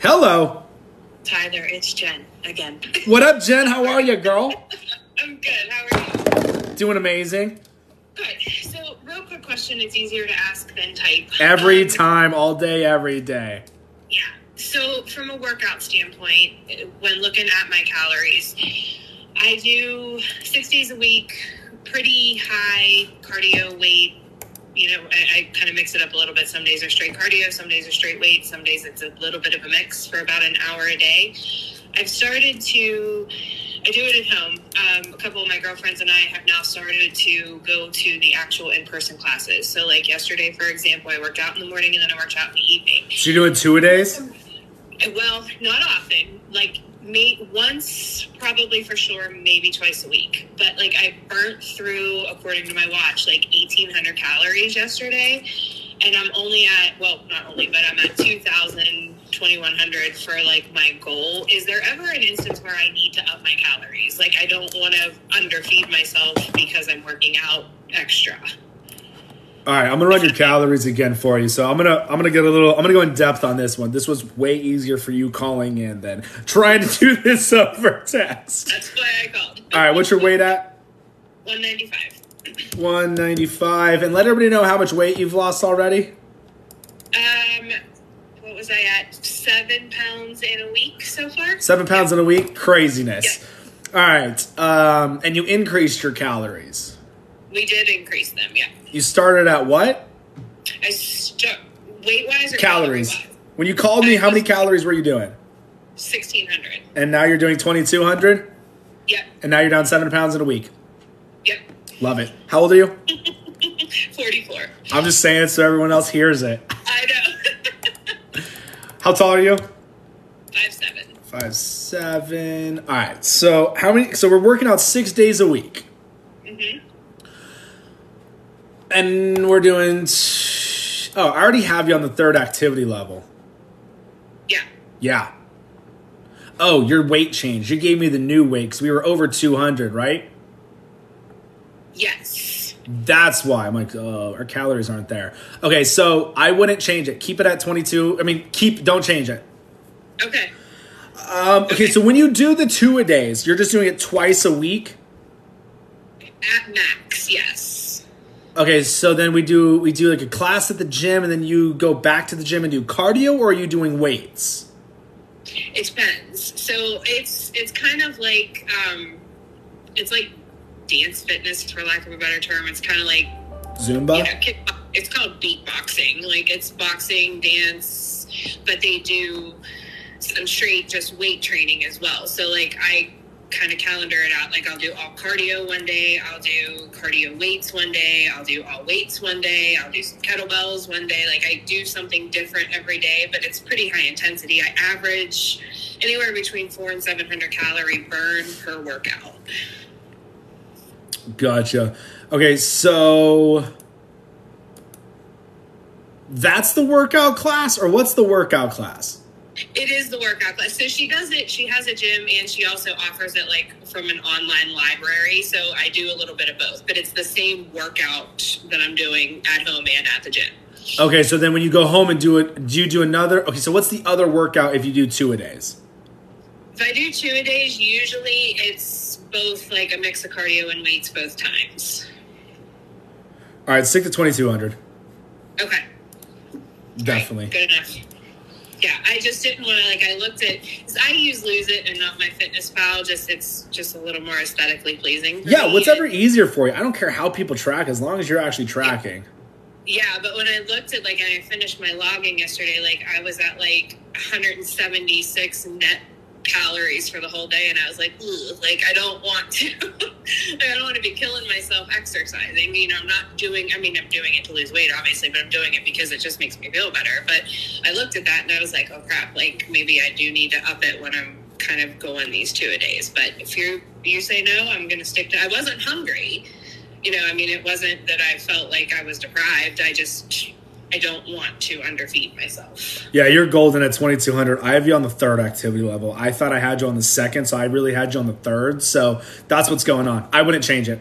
Hello. Tyler, it's Jen again. What up, Jen? How are you, girl? I'm good. How are you? Doing amazing. Good. So, real quick question. It's easier to ask than type. Every Um, time, all day, every day. Yeah. So, from a workout standpoint, when looking at my calories, I do six days a week, pretty high cardio weight. You know, I, I kind of mix it up a little bit. Some days are straight cardio, some days are straight weight, some days it's a little bit of a mix for about an hour a day. I've started to, I do it at home. Um, a couple of my girlfriends and I have now started to go to the actual in person classes. So, like yesterday, for example, I worked out in the morning and then I worked out in the evening. She doing two a days? Well, not often. Like me once, probably for sure, maybe twice a week. But like I burnt through, according to my watch, like eighteen hundred calories yesterday, and I'm only at well, not only, but I'm at 2,000, 2,100 for like my goal. Is there ever an instance where I need to up my calories? Like I don't want to underfeed myself because I'm working out extra. All right, I'm gonna run your calories again for you. So I'm gonna I'm gonna get a little I'm gonna go in depth on this one. This was way easier for you calling in than trying to do this over text. That's why I called. All right, what's your weight at? One ninety five. 195, and let everybody know how much weight you've lost already. Um, what was I at? Seven pounds in a week so far. Seven pounds in a week, craziness. All right, um, and you increased your calories. We did increase them. Yeah. You started at what I st- weight wise or calories? When you called me, how many calories were you doing? Sixteen hundred. And now you're doing 2,200, Yep. and now you're down seven pounds in a week. Yep. Love it. How old are you? Forty four. I'm just saying it so everyone else hears it. I know. How tall are you? Five seven. Five seven. All right. So how many? So we're working out six days a week, Mhm. and we're doing. t- Oh, I already have you on the third activity level. Yeah. Yeah. Oh, your weight change. You gave me the new weight because we were over two hundred, right? Yes. That's why I'm like, oh, our calories aren't there. Okay, so I wouldn't change it. Keep it at twenty two. I mean, keep. Don't change it. Okay. Um, okay, so when you do the two a days, you're just doing it twice a week. At max. Yes. Okay, so then we do we do like a class at the gym, and then you go back to the gym and do cardio, or are you doing weights? It depends. So it's it's kind of like um, it's like dance fitness for lack of a better term. It's kind of like Zumba. you know, kick, it's called beatboxing. Like it's boxing, dance, but they do some straight just weight training as well. So like I kind of calendar it out. Like I'll do all cardio one day, I'll do cardio weights one day, I'll do all weights one day, I'll do some kettlebells one day. Like I do something different every day, but it's pretty high intensity. I average anywhere between four and seven hundred calorie burn per workout. Gotcha. Okay, so that's the workout class, or what's the workout class? It is the workout class. So she does it. She has a gym, and she also offers it like from an online library. So I do a little bit of both, but it's the same workout that I'm doing at home and at the gym. Okay, so then when you go home and do it, do you do another? Okay, so what's the other workout if you do two a days? If I do two a days, usually it's both like a mix of cardio and weights both times. All right, stick to twenty two hundred. Okay. Definitely. Right, good enough. Yeah, I just didn't want to like. I looked at 'cause I use Lose It and not My Fitness Pal. Just it's just a little more aesthetically pleasing. for Yeah, me. whatever easier for you. I don't care how people track as long as you're actually tracking. Yeah, but when I looked at like and I finished my logging yesterday, like I was at like 176 net calories for the whole day, and I was like, Ooh, like I don't want to, like, I don't want to be killing myself exercising. You know, I'm not doing. I mean, I'm doing it to lose weight, obviously, but I'm doing it because it just makes me feel better. But I looked at that and I was like, oh crap, like maybe I do need to up it when I'm kind of going these two a days. But if you you say no, I'm gonna stick to. I wasn't hungry you know, I mean, it wasn't that I felt like I was deprived. I just, I don't want to underfeed myself. Yeah, you're golden at 2200. I have you on the third activity level. I thought I had you on the second, so I really had you on the third. So that's what's going on. I wouldn't change it.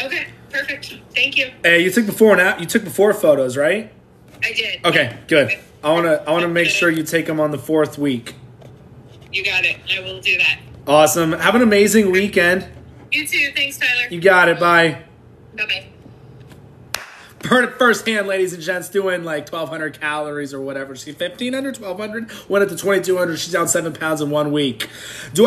Okay, perfect. Thank you. Hey, you took before and out. You took before photos, right? I did. Okay, good. I want to I want to make sure you take them on the fourth week. You got it. I will do that. Awesome. Have an amazing weekend. You too. Thanks, Tyler. You got it. Bye. Bye bye. Heard it firsthand, ladies and gents, doing like 1,200 calories or whatever. She 1,500, 1,200, went up to 2,200. She's down seven pounds in one week. Do I?